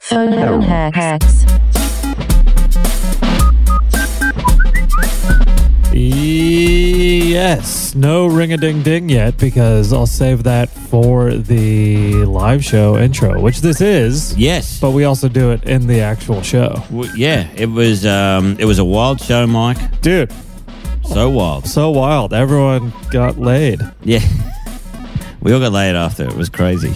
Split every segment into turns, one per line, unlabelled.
Phone hacks.
Yes, no ring a ding ding yet because I'll save that for the live show intro, which this is,
Yes.
but we also do it in the actual show.
W- yeah, it was um, it was a wild show, Mike.
Dude,
So wild.
so wild. Everyone got laid
Yeah. we all got laid after. It was crazy.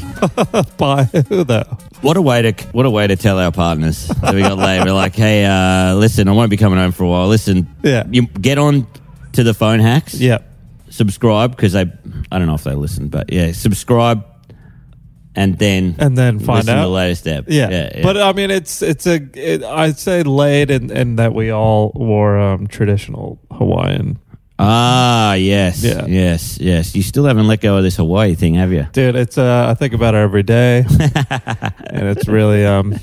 by who though?
What a way to what a way to tell our partners that we got laid. We're like, hey, uh, listen, I won't be coming home for a while. Listen,
Yeah.
you get on to the phone hacks.
Yep.
subscribe because they I don't know if they listen, but yeah, subscribe and then
And then find
listen to
out.
the latest app.
Yeah.
yeah,
but uh, I mean, it's it's a it, I'd say laid in, in that we all wore um, traditional Hawaiian.
ah, yes,
Yeah.
yes, yes. You still haven't let go of this Hawaii thing, have you?
Dude, it's uh, I think about it every day, and it's really um.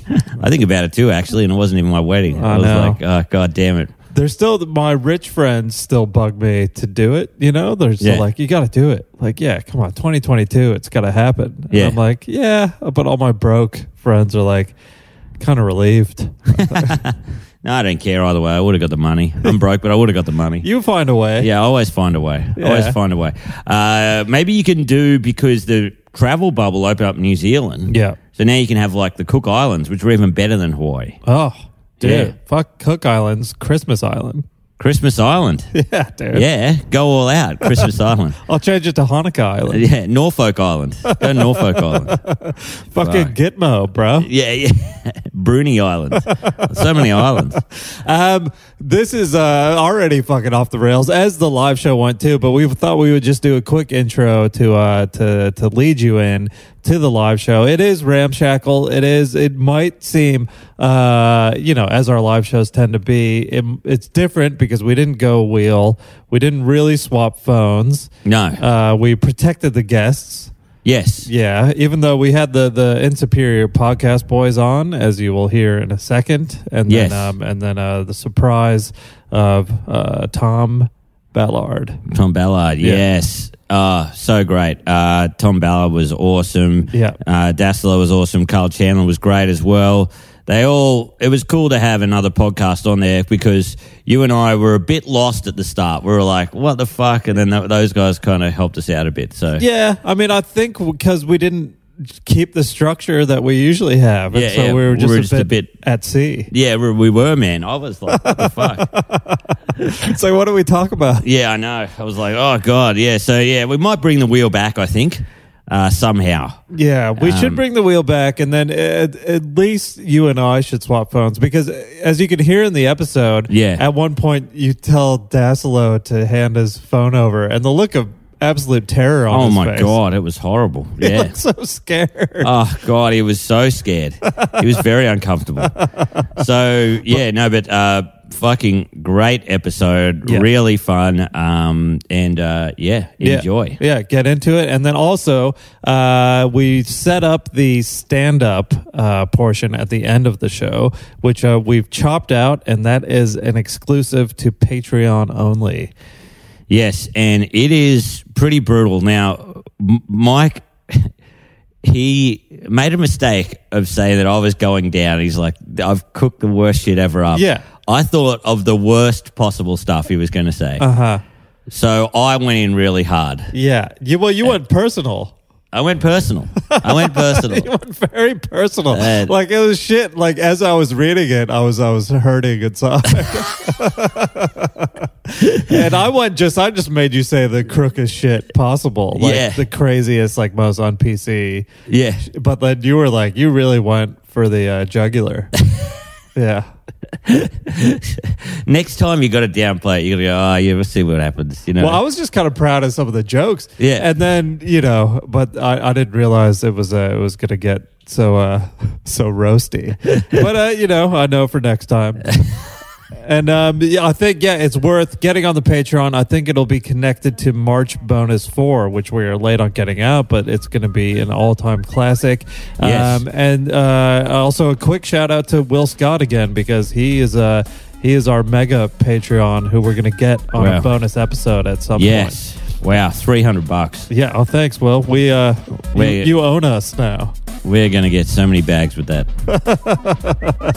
I think about it too, actually, and it wasn't even my wedding.
I
I, was
know.
like, oh god damn it.
There's still my rich friends still bug me to do it. You know, they're still
Yeah.
like, you got to do it. Like, yeah, come on, 2022, it's got to happen. And
Yeah.
I'm like, yeah, but all my broke friends are like, kind of relieved.
No, I don't care either way. I would have got the money. I'm broke, but I would have got the money.
you find a way.
Yeah, I always find a way. I
Yeah.
Always find a way. Uh, maybe you can do because the travel bubble opened up New Zealand.
Yeah.
So now you can have like the Cook Islands, which are even better than Hawaii.
Oh, dude.
Yeah.
Fuck Cook Islands, Christmas Island.
Christmas Island.
Yeah, dude.
Yeah, go all out. Christmas Island.
I'll change it to Hanukkah Island.
Yeah, Norfolk Island. Go Norfolk Island.
Fucking
Fuck.
Gitmo, bro.
Yeah, yeah. Bruni Island. So many islands.
Um, this is uh, already fucking off the rails as the live show went too. But we thought we would just do a quick intro to uh, to to lead you in to the live show. It is ramshackle. It is. It might seem, uh, you know, as our live shows tend to be, it, it's different because we didn't go wheel. We didn't really swap phones.
No.
Uh, we protected the guests.
yes.
Yeah, even though we had the the Insuperior podcast boys on, as you will hear in a second, and
Yes.
then um, and then uh, the surprise of uh, Tom Ballard.
Tom Ballard.
Yeah.
Yes. Ah, so great. Uh, Tom Ballard was awesome.
Yeah.
Uh, Dassler was awesome. Carl Chandler was great as well. They all, it was cool to have another podcast on there because you and I were a bit lost at the start. We were like, what the fuck? And then th- those guys kind of helped us out a bit. So,
Yeah, I mean, I think because we didn't keep the structure that we usually have, and
Yeah,
so
yeah,
we were just,
we were
a,
just
bit
a bit-
at sea.
Yeah, we, we were, man. I was like, what the fuck?
It's like, what do we talk about?
Yeah, I know. I was like, oh, God. Yeah. So, yeah, we might bring the wheel back, I think, uh, somehow.
Yeah, we should
Um,
bring the wheel back, and then at, at least you and I should swap phones because, uh, as you can hear in the episode,
Yeah.
at one point you tell Dasilo to hand his phone over, and the look of absolute terror on
Oh,
his
my
face.
God. It was horrible.
he
Yeah.
looked so scared.
Oh God, he was so scared. He was very uncomfortable. So yeah, no, but uh, fucking great episode,
Yeah.
really fun, um, and uh, yeah,
Yeah.
enjoy.
Yeah, get into it. And then also, uh, we set up the stand up uh, portion at the end of the show, which uh, we've chopped out, and that is an exclusive to Patreon only.
Yes, and it is pretty brutal. Now, M- Mike, he made a mistake of saying that I was going down. He's like, I've cooked the worst shit ever up.
Yeah.
I thought of the worst possible stuff he was going to say.
Uh huh.
So I went in really hard.
Yeah. You, well, you went personal.
I went personal. I went
You
personal.
went very personal.
Man.
like it was shit. Like as I was reading it, I was I was hurting inside. and I went just I just made you say the crookest shit possible. Like
Yeah.
the craziest, like most on PC.
Yeah.
But then you were like, you really went for the uh, jugular. yeah.
Next time you got to downplay it, you're going to go, oh, yeah, we'll see what happens. You know?
Well, I was just kind of proud of some of the jokes.
Yeah.
And then, you know, but I, I didn't realize it was uh, it was gonna get so uh so roasty. but uh, you know, I know for next time. And um, yeah, I think yeah, it's worth getting on the Patreon. I think it'll be connected to March Bonus Four, which we are late on getting out, but it's going to be an all-time classic.
Yes.
Um, and uh, also a quick shout out to Will Scott again because he is a he is our mega Patreon who we're going to get on a
Wow.
bonus episode at some point.
yes. Wow, 300 bucks.
Yeah. Oh, thanks, Will. We uh, you,
We-
you own us now.
We're going to get so many bags with that.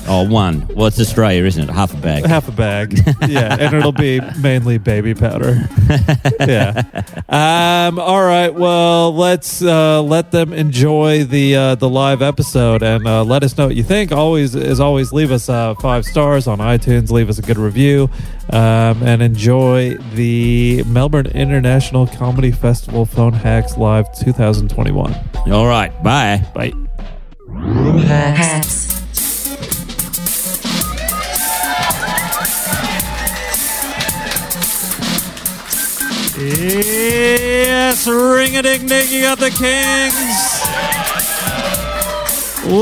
oh, one. Well, it's Australia, isn't it? Half a bag.
half a bag. yeah, and it'll be mainly baby powder. yeah. Um, all right. Well, let's uh, let them enjoy the uh, the live episode and uh, let us know what you think. Always, as always, leave us uh, five stars on iTunes. Leave us a good review um, and enjoy the Melbourne International Comedy Festival Phone Hacks Live 2021.
All right. Bye.
Bye.
Hats.
Yes, ring a ding ding, you got the Kings.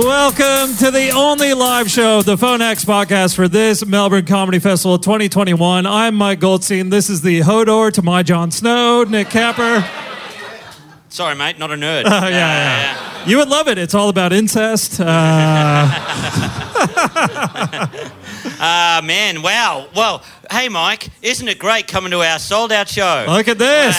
Welcome to the only live show of the Phone X podcast for this Melbourne Comedy Festival 2021. I'm Mike Goldstein. This is the Hodor to my Jon Snow, Nick Capper.
Sorry, mate. Not a nerd.
Oh, yeah, yeah. You would love it. It's all about incest. Uh,
Uh,
Ah, man. Wow. Well, hey, Mike. Isn't it great coming to our sold out show?
look at this.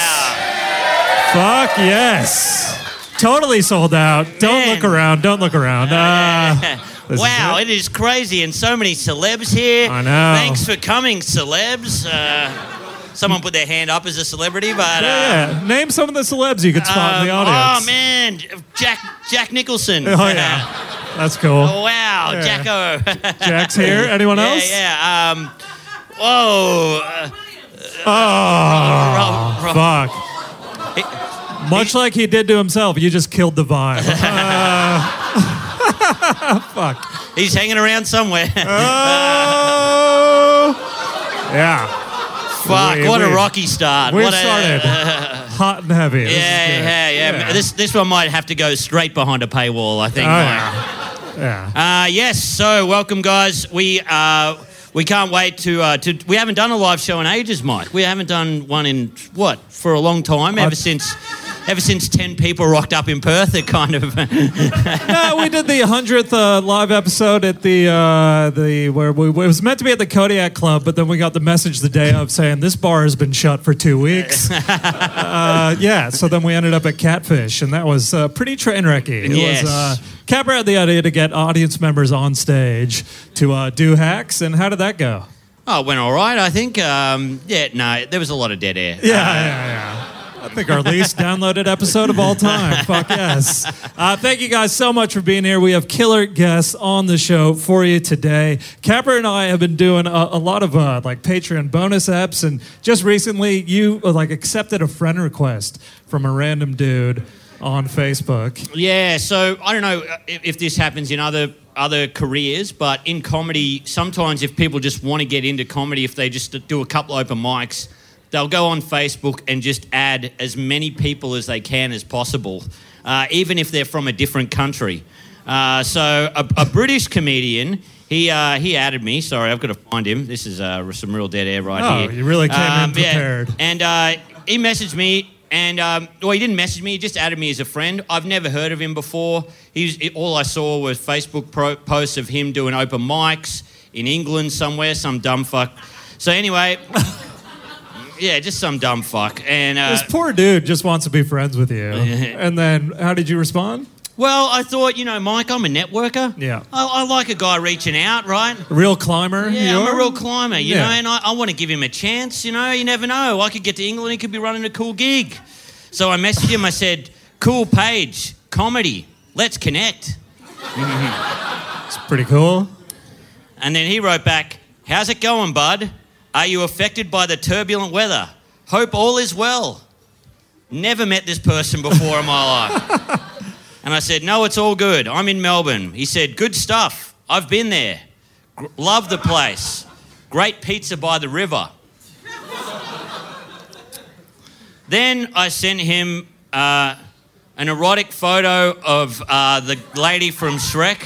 Fuck yes. Totally sold out. Don't
Man.
look around. Don't look around. Uh, this is
wow,
it.
it is crazy, and so many celebs here.
I know.
Thanks for coming, celebs. Uh, someone put their hand up as a celebrity, but uh,
Yeah, name some of the celebs you could spot in the
um,
audience.
oh man, Jack Jack Nicholson.
Oh, yeah, that's cool.
wow,
Yeah.
Jacko.
Jack's here. Anyone
yeah,
else?
yeah. Um, whoa, uh,
Oh,
Rob- Rob-
fuck. Much like he did to himself, you just killed the vibe.
he's hanging around somewhere.
Uh, oh, yeah.
Fuck,
we-
what a
we-
rocky start.
We
what a-
started hot and heavy. This is
yeah,
good.
yeah, yeah,
Yeah.
This this one might have to go straight behind a paywall, I think.
Oh,
Mike.
yeah. Yeah.
Uh, yes. So welcome, guys. We uh, we can't wait to uh, to. We haven't done a live show in ages, Mike. We haven't done one in what for a long time. Ever
I-
since. Ever since 10 people rocked up in Perth, it kind of. oh,
no, we did the hundredth uh, live episode at the uh, the where we it was meant to be at the Kodiak Club, but then we got the message the day of saying this bar has been shut for two weeks. uh, yeah, so then we ended up at Catfish, and that was uh, pretty train wrecky. It
Yes.
was. Uh, Capra had the idea to get audience members on stage to uh, do hacks, and how did that go?
oh, it went all right, I think. Um, yeah, no, there was a lot of dead air.
Yeah, yeah, yeah. I think our least downloaded episode of all time. Fuck yes. Uh, thank you guys so much for being here. We have killer guests on the show for you today. Capper and I have been doing a, a lot of uh, like Patreon bonus apps, and just recently you uh, like accepted a friend request from a random dude on Facebook.
Yeah, so I don't know uh, if, if this happens in other other careers, but in comedy, sometimes if people just want to get into comedy, if they just do a couple open mics, they'll go on Facebook and just add as many people as they can as possible, uh, even if they're from a different country. Uh, so a, a British comedian. He, uh, he added me. Sorry, I've got to find him. This is uh, some real dead air right
Oh,
here. Um,
you really came in
yeah.
prepared.
And uh, he messaged me, and um, well, he didn't message me. He just added me as a friend. I've never heard of him before. He's it- all I saw was Facebook pro- posts of him doing open mics in England somewhere, some dumb fuck. So anyway, yeah, just some dumb fuck. And uh,
This poor dude just wants to be friends with you. And then how did you respond?
well, I thought, you know, Mike, I'm a networker.
Yeah.
I, I like a guy reaching out, right?
Real climber?
Yeah,
you
I'm
are?
a real climber, you
Yeah.
know, and I, I want to give him a chance, you know. You never know. I could get to England, he could be running a cool gig. So I messaged him, I said, Cool page, comedy, let's connect.
It's pretty cool.
And then he wrote back, How's it going, bud? Are you affected by the turbulent weather? Hope all is well. Never met this person before in my life. And I said, No, it's all good. I'm in Melbourne. He said, Good stuff. I've been there. Gr- love the place. Great pizza by the river. Then I sent him uh, an erotic photo of uh, the lady from Shrek.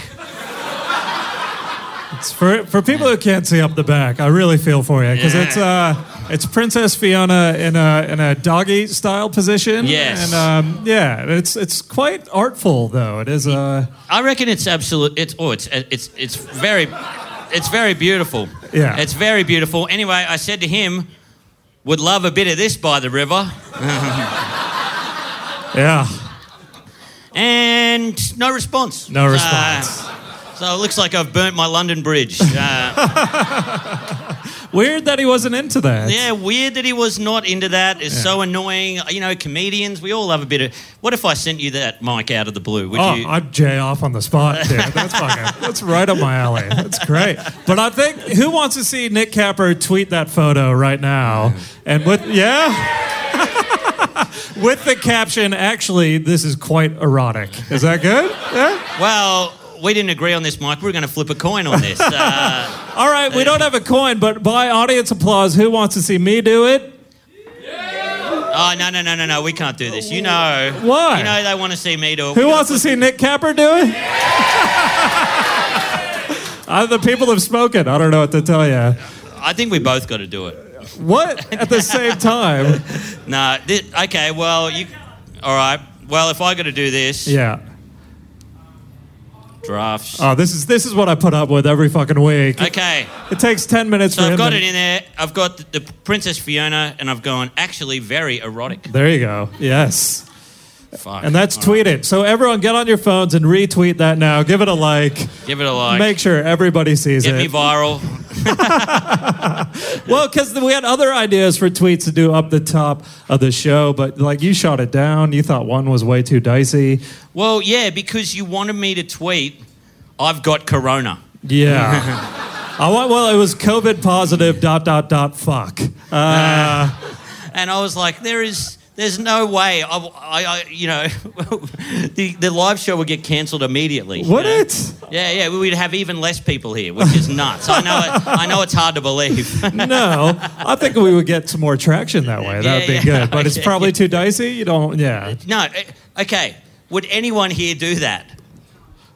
It's for for people who can't see up the back. I really feel for you because
Yeah.
it's uh it's Princess Fiona in a in a doggy style position.
Yes.
and um, yeah, it's it's quite artful though. It is uh
I reckon it's absolute. It's oh, it's it's it's very, it's very beautiful.
Yeah.
it's very beautiful. Anyway, I said to him, "Would love a bit of this by the river,"
yeah
and no response.
No response.
Uh, so it looks like I've burnt my London Bridge. Uh,
Weird that he wasn't into that.
yeah, weird that he was not into that. It's so annoying. You know, comedians, we all have a bit of. What if I sent you that mic out of the blue? Would
Oh,
you?
I'd jay off on the spot, dude. That's fucking, that's right up my alley. That's great. But I think who wants to see Nick Capper tweet that photo right now? And with yeah, with the caption, actually, this is quite erotic. Is that good? Yeah.
well, we didn't agree on this, Mike. We are going to flip a coin on this. Uh,
All right, we don't have a coin, but by audience applause, who wants to see me do it?
oh no, no, no, no, no. We can't do this. You know
Why?
You know they want to see me do. it.
Who wants to see Nick Capper do it? Uh, the people have spoken. I don't know what to tell you.
I think we both got to do it.
What at the same time?
No. This, okay. Well, you. All right. Well, if I got to do this,
Yeah.
drafts.
Oh, this is this is what I put up with every fucking week.
Okay.
it takes ten minutes
So
for him.
I've got
to-
it in there. I've got the, the Princess Fiona, and I've gone actually very erotic.
There you go. Yes,
Fuck.
and that's
All right.
tweeted. So everyone, get on your phones and retweet that now. Give it a like.
Give it a like.
Make sure everybody sees
Get me
it.
viral.
Well, because we had other ideas for tweets to do up the top of the show, but like you shot it down. You thought one was way too dicey.
Well, yeah, because you wanted me to tweet. I've got corona.
Yeah. I want, well, it was COVID positive dot dot dot fuck. Uh,
and I was like, there is, there's no way. I, I, I you know, the, the live show would get cancelled immediately. you
would
know?
it?
Yeah, yeah, we'd have even less people here, which is nuts. I know, it, I know it's hard to believe.
no, I think we would get some more traction that way. That would be
Yeah, yeah.
good. But it's probably too dicey. You don't, yeah.
no, eh, okay. Would anyone here do that?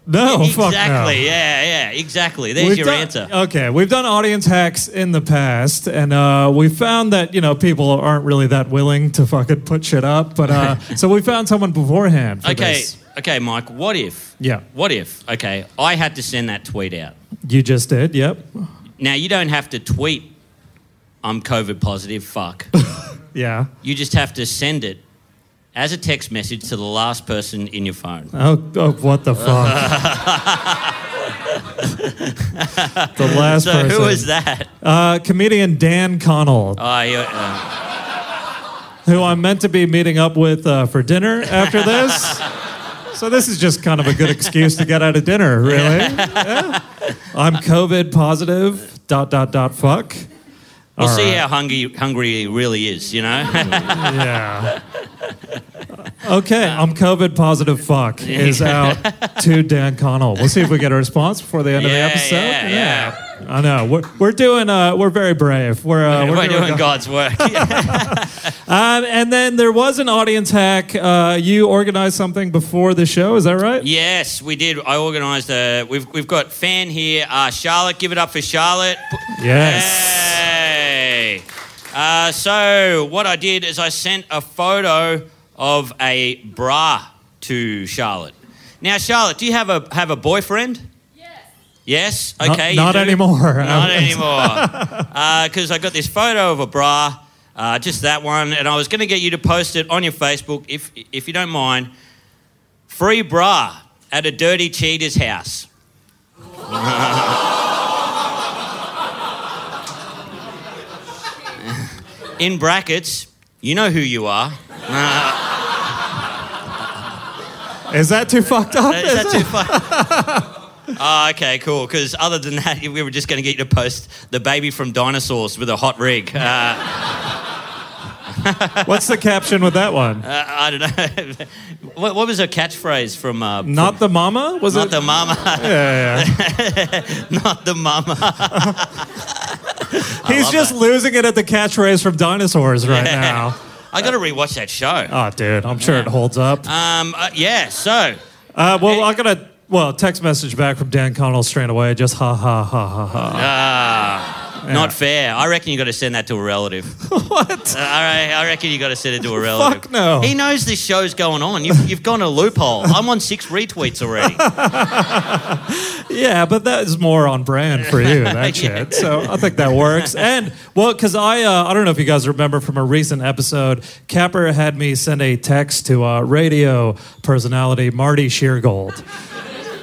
No, Oh, fuck no.
exactly. Yeah, yeah, exactly. There's
We've
your
done- Oh,
answer.
Okay, we've done audience hacks in the past, and uh, we found that you know people aren't really that willing to fucking put shit up. But uh, so we found someone beforehand. For
okay,
this.
okay, Mike. What if?
Yeah.
What if? Okay, I had to send that tweet out.
you just did. Yep.
Now you don't have to tweet. I'm COVID positive. Fuck.
Yeah.
You just have to send it as a text message to the last person in your phone.
Oh, oh what the fuck. the last
so
person.
who is that?
Uh, comedian Dan Connell,
Oh, you- uh,
who I'm meant to be meeting up with uh, for dinner after this. so this is just kind of a good excuse to get out of dinner, really. Yeah. I'm COVID positive. Dot dot dot. Fuck.
we'll
All
see
right.
how hungry hungry he really is. You know.
Yeah. Okay, I'm COVID positive. Fuck is out to Dan Connell. We'll see if we get a response before the end of the
Yeah,
episode.
yeah, yeah.
I know we're, we're doing uh, we're very brave. We're uh,
We're
doing
doing
go-
God's work.
Um, and then there was an audience hack. Uh, you organized something before the show. Is that right?
yes, we did. I organised a. We've we've got fan here. Uh, Charlotte, give it up for Charlotte.
Yes.
Yay. Uh, so what I did is I sent a photo of a bra to Charlotte. Now, Charlotte, do you have a have a boyfriend? Yes. Yes.
Not-
Okay. you
not
do?
anymore.
Not anymore. Because I got this photo of a bra, uh, just that one, and I was going to get you to post it on your Facebook if if you don't mind. Free bra at a dirty cheater's house. in brackets, you know who you are.
Is that too fucked up?
Is that
Is
too
it?
far? Ah, okay, cool. Because other than that, we were just going to get you to post the baby from Dinosaurs with a hot rig. Uh,
What's the caption with that one?
uh, I don't know. what, what was her catchphrase from? Uh,
Not the mama. Was
not
it?
the mama,
yeah, yeah, yeah.
not the mama.
He's
love
just losing it at the catchphrase from dinosaurs right
Yeah.
now.
I got to rewatch that show.
Oh, dude, I'm sure it holds up.
Um, uh, yeah. So
Uh, well, I got a well text message back from Dan Connell straight away. Just ha ha ha ha ha.
uh, Not fair. I reckon you got to send that to a relative.
what?
Uh, all right, I reckon you got to send it to a relative.
Fuck no.
He knows this show's going on. You've, you've gone a loophole. I'm on six retweets already.
Yeah, but that is more on brand for you, that shit. So I think that works. And well, because I uh, I don't know if you guys remember from a recent episode, Capper had me send a text to uh, radio personality Marty Sheargold.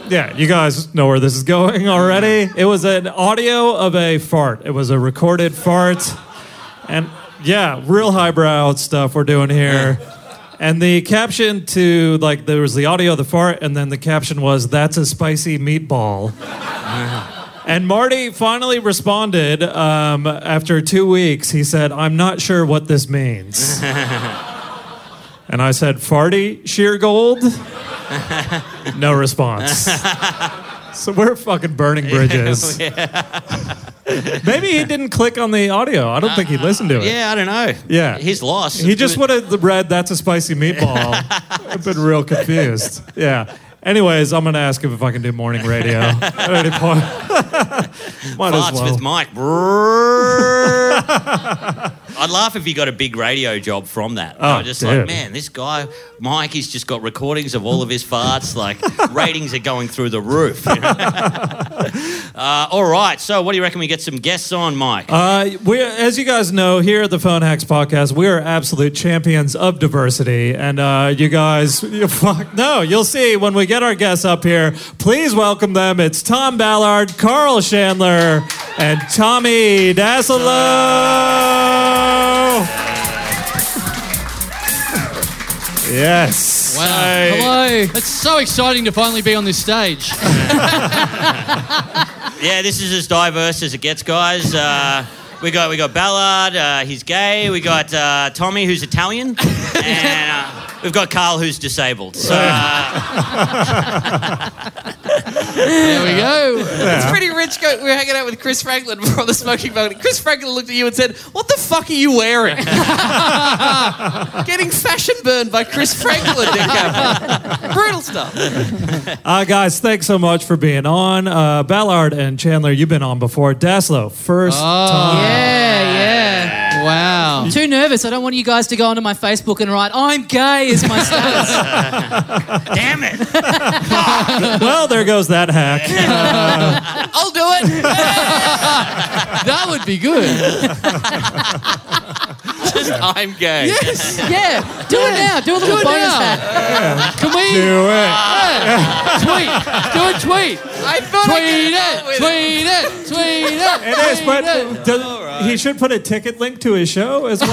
Yeah, you guys know where this is going already. It was an audio of a fart. It was a recorded fart. And yeah, real highbrow stuff we're doing here. And the caption to like there was the audio of the fart, and then the caption was "That's a spicy meatball." and Marty finally responded um, after two weeks. He said, "I'm not sure what this means." and I said, "Farty sheer gold." no response. so we're fucking burning bridges. Maybe he didn't click on the audio. I don't think he listened to it.
yeah, I don't know.
Yeah.
He's lost.
He just would have read "That's a spicy meatball." I've been real confused. Yeah. Anyways, I'm gonna ask him if I can do morning radio at any point. Might as
Farts
well.
with Mike. Brrrr. I'd laugh if he got a big radio job from that. I was just
Oh, dude.
like, man, this guy, Mike, he's just got recordings of all of his farts. Like, ratings are going through the roof. you know? uh, all right. So, what do you reckon we get some guests on, Mike?
Uh, we, as you guys know, here at the Phone Hacks Podcast, we are absolute champions of diversity. And uh, you guys, you fuck, no, you'll see when we get our guests up here. Please welcome them. It's Tom Ballard, Carl Chandler, and Tommy Dasilo. Yes.
Wow. Hello. It's so exciting to finally be on this stage.
Yeah, this is as diverse as it gets, guys. Uh, we got we got Ballard, uh, he's gay. We got uh, Tommy, who's Italian, and uh, we've got Carl, who's disabled. So uh,
There we go.
It's pretty rich. Go, we were hanging out with Chris Franklin from the smoking moment. Chris Franklin looked at you and said, "What the fuck are you wearing?" Getting fashion burned by Chris Franklin. Nick Cameron. Brutal stuff.
Uh, guys, thanks so much for being on. Uh, Ballard and Chandler, you've been on before. Dasilo, first
Oh.
time.
Yeah, yeah.
Wow.
I'm too nervous. I don't want you guys to go onto my Facebook and write, I'm gay is my status.
damn it.
Well, there goes that hack.
I'll do it.
That would be good.
Just, I'm gay.
yeah, do it now. Do a little
it
bonus
now.
hack.
Can we
Do it.
tweet? Do a tweet.
I thought I
Tweet
could
it.
out with it.
Tweet it. Tweet it.
It is, but
Tweet it.
does- he should put a ticket link to his show as well.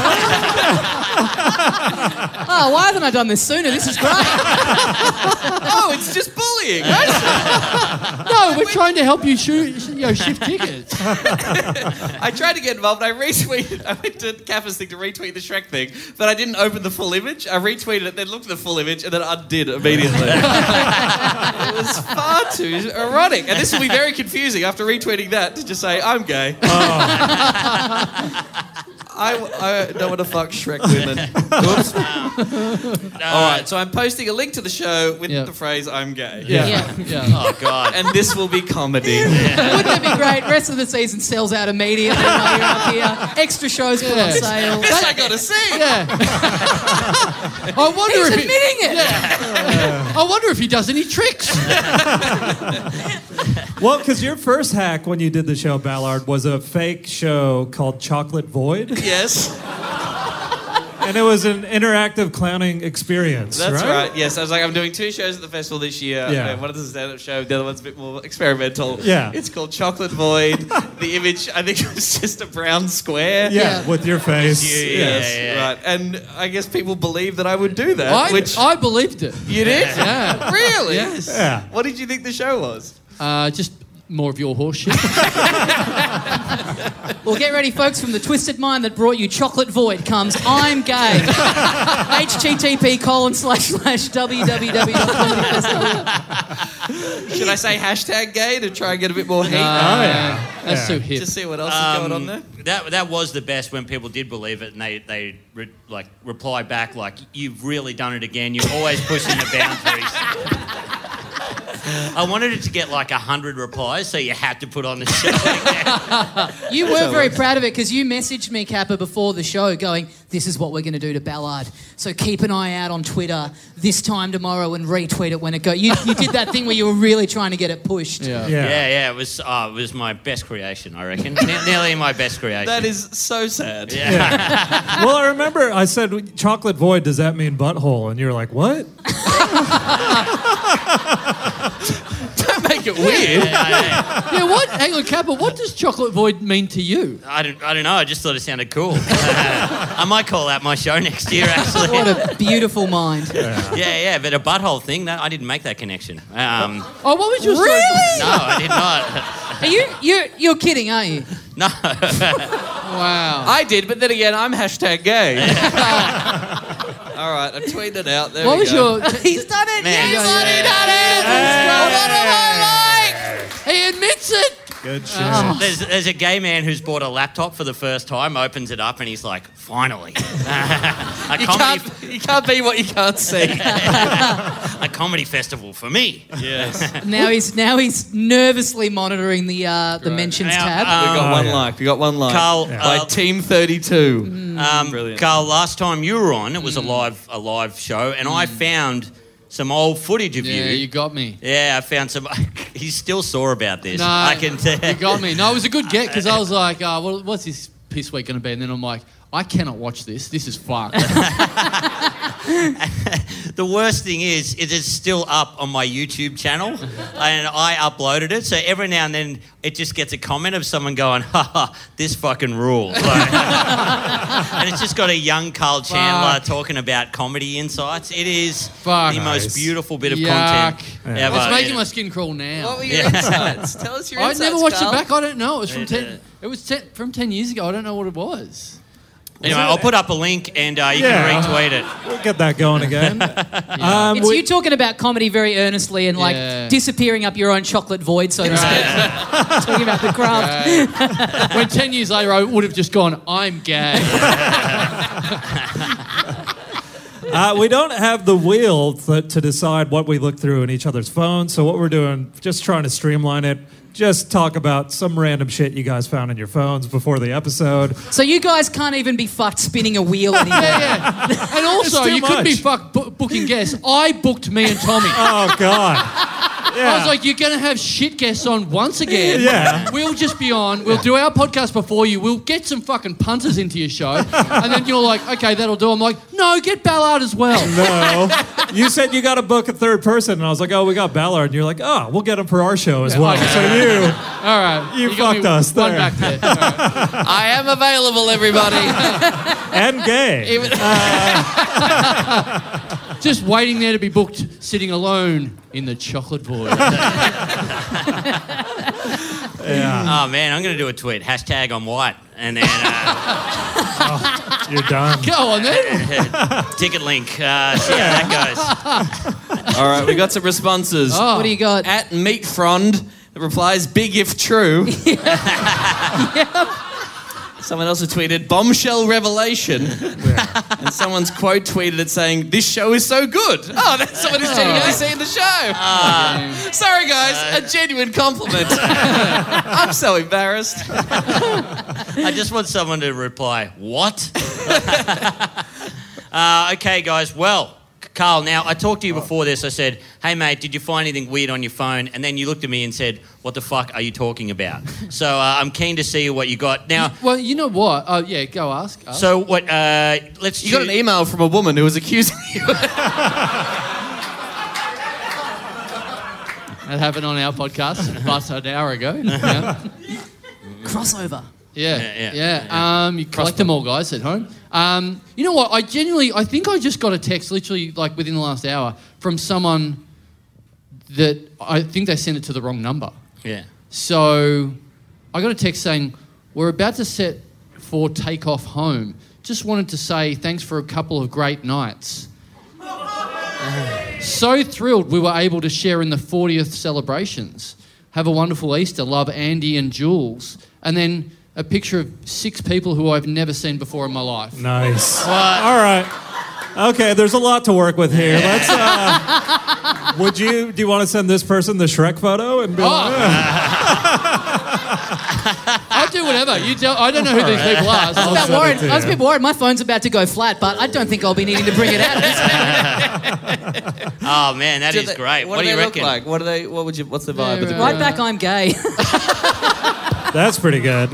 Oh, why haven't I done this sooner? This is great.
Oh, it's just bullying.
No, we're trying to help you shoot, you know, shift tickets.
I tried to get involved. I retweeted. I went to Kappa's thing to retweet the Shrek thing, but I didn't open the full image. I retweeted it, then looked at the full image, and then undid immediately. it was far too erotic, and this will be very confusing after retweeting that to just say I'm gay.
Oh.
I, I don't want to fuck Shrek women. Oops. All right, so I'm posting a link to the show with
Yeah.
the phrase "I'm gay,"
Yeah. Yeah.
Oh God.
and this will be comedy.
Wouldn't that be great? Rest of the season sells out immediately while you're up here. Extra shows put on
Yeah.
sale.
This I gotta see.
Yeah. I wonder
He's
if
admitting
he,
it.
I wonder if he does any tricks.
well, because your first hack when you did the show, Ballard, was a fake show called Chocolate Void,
Yes.
and it was an interactive clowning experience.
That's
right.
right? Yes, I was like, I'm doing two shows at the festival this year.
Yeah.
Yeah. One is a stand-up show. The other one's a bit more experimental.
Yeah.
It's called Chocolate Void. the image, I think, it was just a brown square.
Yeah,
Yeah.
with your face.
you, yeah.
Yes. Right. And I guess people believe that I would do that.
I,
which
I believed it.
you did?
Yeah.
Really?
Yes.
Yeah.
What did you think the show was?
Uh, just more of your horseshit.
Well, get ready, folks. From the twisted mind that brought you Chocolate Void comes I'm Gay. HTTP colon slash slash www.
Should I say hashtag gay to try and get a bit more heat?
Uh,
yeah.
That's
Yeah.
too hip.
Just see what else is going on there.
That that was the best when people did believe it and they they re, like reply back like you've really done it again. You're always pushing the boundaries. I wanted it to get like 100 replies, so you had to put on the show. again.
You were very proud of it because you messaged me, Kappa, before the show going, This is what we're going to do to Ballard. So keep an eye out on Twitter this time tomorrow and retweet it when it goes. You, you did that thing where you were really trying to get it pushed.
yeah, yeah, it was, uh, it was my best creation, I reckon. Ne- nearly my best creation.
That is so sad.
well, I remember I said chocolate void. Does that mean butthole? And you were like, what?
Don't make it weird.
Yeah, what? Hang on, Kappa, what does chocolate void mean to you?
I don't, I don't know. I just thought it sounded cool. I might call out my show next year, actually.
What a beautiful mind.
yeah, yeah, but a butthole thing, that, I didn't make that connection. Um,
Oh, what was your
no, I did not.
Are you, you, you're kidding, aren't you?
Wow.
I did, but then again, I'm hashtag gay. All right, I tweeted it out. There
What
we
was
go.
your. He's done it!
Man.
He's bloody done it! He's done it! He admits it!
Good shit.
There's, there's a gay man who's bought a laptop for the first time, opens it up, and he's like, finally. a, comedy,
You can't, you can't be what you can't see.
a comedy festival for me.
yes. We
Now he's now he's nervously monitoring the uh, the mentions
Now,
tab.
um,
got one
yeah.
like. We got one like.
Carl,
by
uh,
Team 32.
Mm.
Um,
Brilliant.
Carl, last time you were on, it was a live a live show, and I found some old footage of
Yeah,
you.
you got me.
yeah, I found some. He's still sore about this.
No,
I can tell.
You got me. No, it was a good get because I was like, uh, well, what's this piss week going to be? And then I'm like, I cannot watch this. This is fucked.
The worst thing is, it is still up on my YouTube channel, and I uploaded it. So every now and then, it just gets a comment of someone going, "Ha ha, this fucking rules," Like- and it's just got a young Carl Chandler
Fuck.
talking about comedy insights. It is
Fuck.
the
Nice.
most beautiful bit of
Yuck.
content
Yeah.
ever.
it's making
And-
my skin crawl now.
What were your
Yeah.
insights? Tell us your
I
insights.
never watched
Carl.
it back. I don't know. It was from
Yeah, yeah.
ten. It was ten, from ten years ago. I don't know what it was.
Anyway, I'll put up a link and uh, you
Yeah.
can retweet it.
We'll get that going again. um,
it's
we-
you talking about comedy very earnestly and like
Yeah.
disappearing up your own chocolate void, so to speak. talking about the craft.
when ten years later, I would have just gone, "I'm gay."
uh, we don't have the wheel to, to decide what we look through in each other's phones. So what we're doing, just trying to streamline it. Just talk about some random shit you guys found in your phones before the episode.
So you guys can't even be fucked spinning a wheel anymore.
And also,
too
you couldn't be
much.
fucked bu- booking guests. I booked me and Tommy.
Oh God. Yeah.
I was like, "You're gonna have shit guests on once again.
Yeah.
We'll just be on. We'll do our podcast before you. We'll get some fucking punters into your show, and then you're like, okay, that'll do.' I'm like, no, get Ballard as well.
No. You said you got to book a third person, and I was like, oh, we got Ballard. And you're like, oh, we'll get him for our show as well. So
All right,
You
got me
fucked us
One
there.
back there. All right.
I am available, everybody.
you and gay.
Even- Just waiting there to be booked, sitting alone in the chocolate void.
Oh man, I'm going to do a tweet. Hashtag I'm white. And then uh,
You're done.
Go on then.
ticket link. Uh, see how that goes.
All right, we got some responses.
Oh,
What do you got?
At Meat Frond replies, big if true. Someone else has tweeted, bombshell revelation. and someone's quote tweeted it saying, this show is so good. Oh, that's someone who's genuinely seen the show.
Ah.
Sorry,
Uh.
guys, a genuine compliment. I'm so embarrassed.
I just want someone to reply, what? uh, okay, guys. Well, Carl, now I talked to you before this. I said, hey, mate, did you find anything weird on your phone? And then you looked at me and said, what the fuck are you talking about? So uh, I'm keen to see what you got. Now,
Well, you know what? Oh yeah, go ask. ask.
so what, uh, let's
You got an
choo-
email from a woman who was accusing you.
That happened on our podcast about an hour ago. Yeah,
Crossover.
yeah, yeah.
yeah,
Um, you collect them all, guys, at home. Um, you know what? I genuinely, I think I just got a text, literally like within the last hour, from someone that I think they sent it to the wrong number.
Yeah.
So I got a text saying, We're about to set for takeoff home. Just wanted to say thanks for a couple of great nights. so thrilled we were able to share in the 40th celebrations. Have a wonderful Easter. Love Andy and Jules. And then a picture of six people who I've never seen before in my life.
Nice. All right. Okay, there's a lot to work with here. Let's uh, Would you? Do you want to send this person the Shrek photo and be like,
Oh. I'll do whatever. You tell, I don't know who these people are. so
I was,
I'll
a
just-
bit worried.
to
I was a
you.
bit worried. My phone's about to go flat, but I don't think I'll be needing to bring it out.
Oh man, that
Do
is
they-
great. What,
What, do,
you
they
reckon?
look like? What do they? What would you? What's the vibe? of the
They're,
group?
right back, I'm gay.
that's pretty good?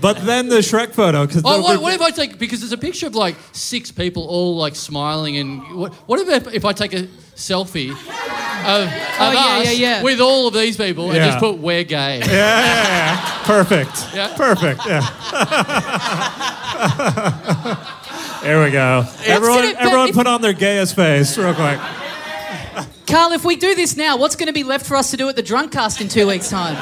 But then the Shrek photo because
Oh, what, what if I take because there's a picture of like six people all like smiling and what? What if if I take a selfie of, of
yeah,
us
yeah, yeah.
with all of these people and
Yeah.
just put we're gay?
Yeah, yeah, yeah. Perfect.
Yeah.
Perfect. Yeah. there we go. everyone,
it, but
everyone,
if-
put on their gayest face real quick.
Carl, if we do this now, what's going to be left for us to do at the drunk cast in two weeks' time?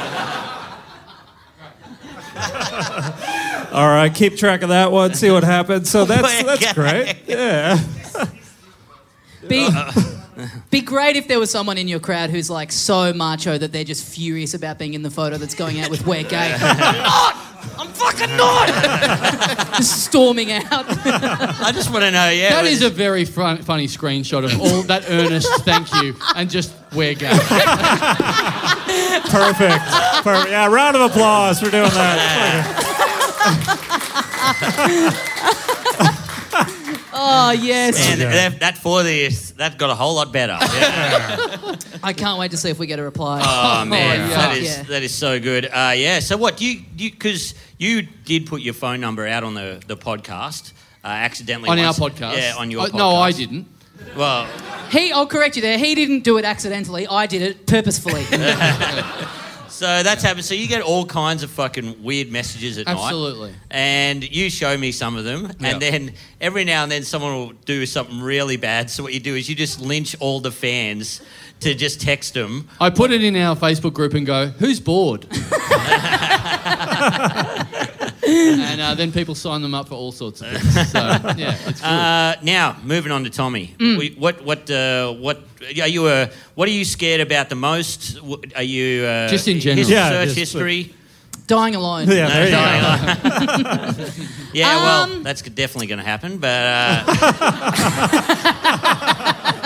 All right, keep track of that one. See what happens.
Oh
So that's that's great. Yeah.
Be, be great if there was someone in your crowd who's like so macho that they're just furious about being in the photo that's going out with we're gay.
I'm fucking not.
just storming out.
I just want to know. Yeah,
That
was-
is a very fun, funny screenshot of all that earnest thank you and just we're gay.
Perfect. Perfect. Yeah. Round of applause for doing that.
Oh, yes.
Man, that, that for this, that got a whole lot better. Yeah.
I can't wait to see if we get a reply.
Oh man,
yeah.
that
Fuck
is
yeah.
that is so good. Uh, yeah. So what do you you because you did put your phone number out on the the podcast uh, accidentally
on our
once.
podcast.
Yeah, on your
Uh,
podcast.
No, I didn't.
Well,
He, I'll correct you there. He didn't do it accidentally. I did it purposefully.
so that's happened. So you get all kinds of fucking weird messages at night.
Absolutely.
And you show me some of them,
Yeah.
and then every now and then someone will do something really bad. So what you do is you just lynch all the fans to just text them.
I put it in our Facebook group and go, who's bored? and uh, then people sign them up for all sorts of things. So, yeah, it's good.
Uh, now moving on to Tommy.
Mm.
We, what what uh, what are you uh, what are you scared about the most? What- Are you uh,
Just in general.
his
Yeah,
search
just-
history?
Dying alone.
Yeah. There you go.
Yeah, well,
Um,
that's definitely going to happen. But uh,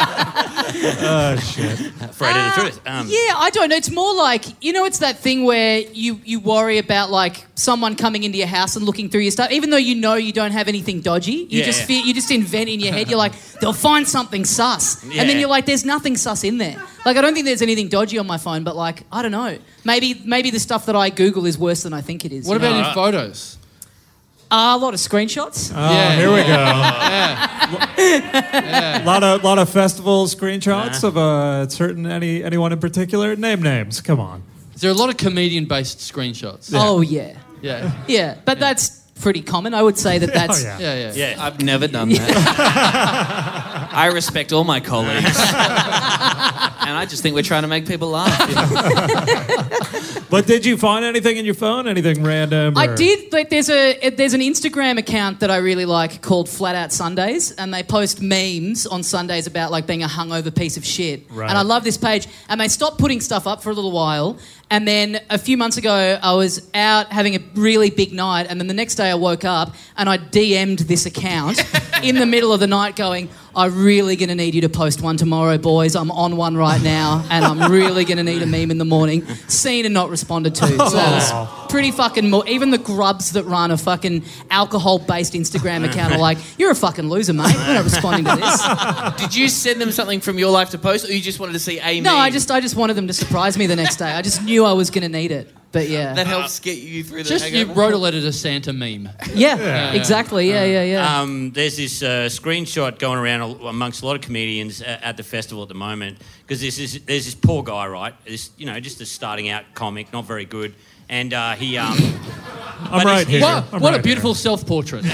Oh shit.
afraid
uh,
of the truth. Um,
Yeah, I don't know. It's more like you know, it's that thing where you you worry about like someone coming into your house and looking through your stuff, even though you know you don't have anything dodgy. You
Yeah,
just
yeah.
fear, you just invent in your head. You're like, they'll find something sus, and then
Yeah.
you're like, there's nothing sus in there. Like I don't think there's anything dodgy on my phone, but like I don't know. Maybe maybe the stuff that I Google is worse than I think it is.
what
you know?
about in photos?
a lot of screenshots?
Oh,
Yeah.
here we go. lot of lot of festival screenshots of uh, certain any anyone in particular. Name names. Come on.
Is there a lot of comedian based screenshots?
Oh yeah,
Yeah.
yeah. But that's pretty common. I would say that that's.
oh yeah.
Yeah, yeah.
yeah.
I've never done that. I respect all my colleagues, and I just think we're trying to make people laugh.
But did you find anything in your phone? Anything random?
I
or-
did. Like, there's a there's an Instagram account that I really like called Flat Out Sundays, and they post memes on Sundays about like being a hungover piece of shit.
Right.
And I love this page. And they stopped putting stuff up for a little while, and then a few months ago, I was out having a really big night, and then the next day I woke up and I DM'd this account in the middle of the night, going. I'm really going to need you to post one tomorrow, boys. I'm on one right now, and I'm really going to need a meme in the morning. Seen and not responded to. So that was
Aw.
pretty fucking more. Even the grubs that run a fucking alcohol-based Instagram account are like, "You're a fucking loser, mate. We're not responding to this."
Did you send them something from your life to post, or you just wanted to see a
No,
meme?
I just, I just wanted them to surprise me the next day. I just knew I was gonna need it. But
that
yeah,
helps get you through the.
Just you
hangover?
wrote a letter to Santa meme.
yeah, exactly. Yeah, yeah, yeah.
Um, there's this uh, screenshot going around a- amongst a lot of comedians a- at the festival at the moment because there's this, there's this poor guy, right? This you know just a starting out comic, not very good, and uh, he um,
I'm
but
right
it's-
here.
What,
I'm
what
right
a beautiful self portrait.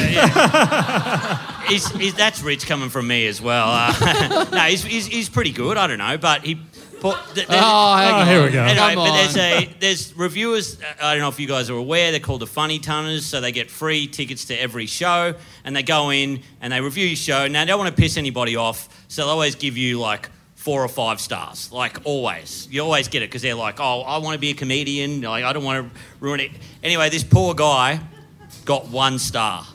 he's, he's, that's rich coming from me as well. Uh, no, he's, he's, he's pretty good. I don't know, but he. Poor, th- there's-
Oh, hang
Oh,
on.
here we go.
Anyway,
Come
but there's
on.
a there's reviewers. uh, I don't know if you guys are aware. They're called the Funny Tunners, so they get free tickets to every show, and they go in and they review your show. Now they don't want to piss anybody off, so they always give you like four or five stars, like always. You always get it because they're like, oh, I want to be a comedian. Like I don't want to ruin it. Anyway, this poor guy got one star.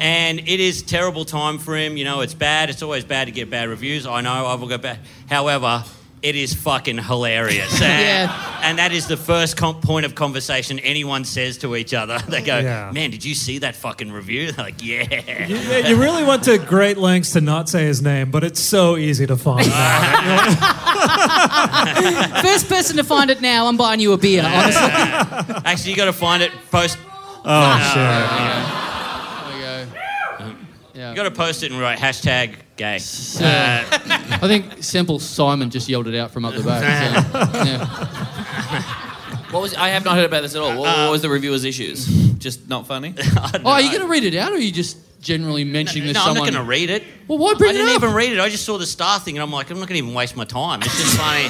and it is terrible time for him. You know, it's bad. It's always bad to get bad reviews. I know. I will go back. However, it is fucking hilarious. And,
Yeah.
and that is the first com- point of conversation anyone says to each other. They go,
Yeah.
"Man, did you see that fucking review?" They're like, yeah.
You, you really went to great lengths to not say his name, but it's so easy to find. out.
First person to find it now, I'm buying you a beer. Honestly,
Actually, you got to find it post.
oh,
There we go.
You got to post it and write hashtag gay.
I think Simple Simon just yelled it out from up the back. so, yeah.
What was? I have not heard about this at all. What, what was the reviewer's issues? Just not funny.
Oh, are you going to read it out, or are you just generally mentioning
No,
this?
I'm
someone?
not going to read it.
Well, why
I
bring
didn't
it up?
even read it. I just saw the star thing, and I'm like, I'm not going to even waste my time. It's just funny.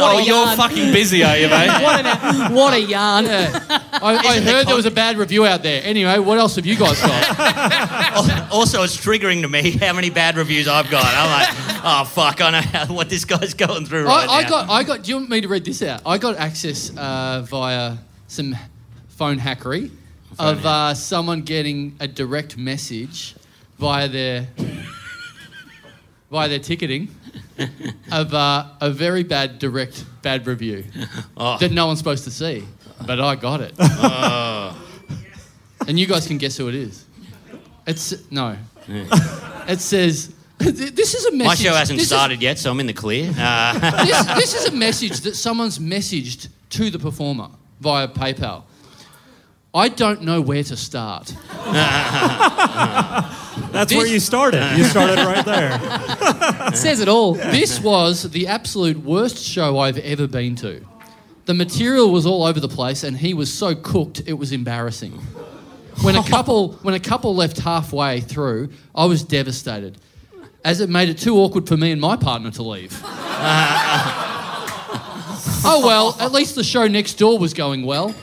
oh,
a
you're
yarn.
fucking busy, are you, mate?
what, an, what a yarn.
I, I
Isn't the
heard
con-
there was a bad review out there. Anyway, what else have you guys got?
also, it's triggering to me how many bad reviews I've got. I'm like, oh fuck, I know how, what this guy's going through right
I, I
now.
got, I got. Do you want me to read this out? I got access uh, via some phone hackery of uh, someone getting a direct message via their via their ticketing of uh, a very bad direct bad review
Oh.
that no one's supposed to see, but I got it.
Oh.
and you guys can guess who it is. It's no. it says. This is a message.
my show hasn't
this is-
started yet, so I'm in the clear. Uh,
this, this is a message that someone's messaged to the performer via PayPal. I don't know where to start.
that's
This-
where you started. You started right there.
Says it all.
This was the absolute worst show I've ever been to. The material was all over the place, and he was so cooked it was embarrassing. When a couple when a couple left halfway through, I was devastated, as it made it too awkward for me and my partner to leave. oh well, at least the show next door was going well.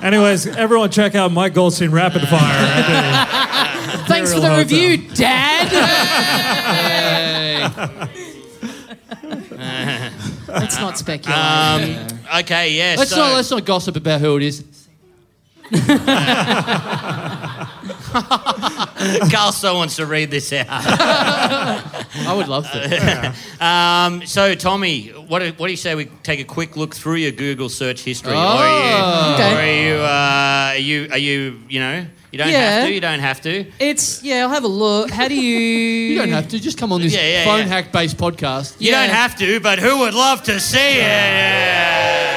Anyways, everyone check out Mike Goldstein Rapid Fire.
Thanks for the
Hotel.
review, Dad. Let's not speculate.
okay, yeah.
Let's
so,
not let's not gossip about who it is.
Carl so wants to read this out.
I would love to.
Um, so, Tommy, what do, what do you say we take a quick look through your Google search history? Or
Oh.
are you,
Okay.
or are you, uh, are you, are you, you know, you don't
Yeah.
have to, you don't have to.
it's yeah. I'll have a look. How do you?
You don't have to. Just come on this
Yeah, yeah,
phone
yeah.
hack based podcast.
You
Yeah.
don't have to, but who would love to see it?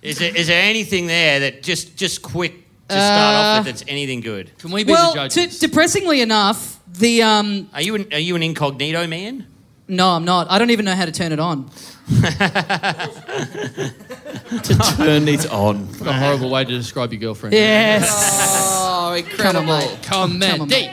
is, there, is there anything there that just just quick to start off with that's anything good?
Can we be the
Well,
judges?
t- depressingly enough, the um.
Are you an, are you an incognito man?
No, I'm not. I don't even know how to turn it on.
to turn it on.
What a horrible way to describe your girlfriend.
Yes.
Oh,
Come on, mate.
Come
on,
on,
mate.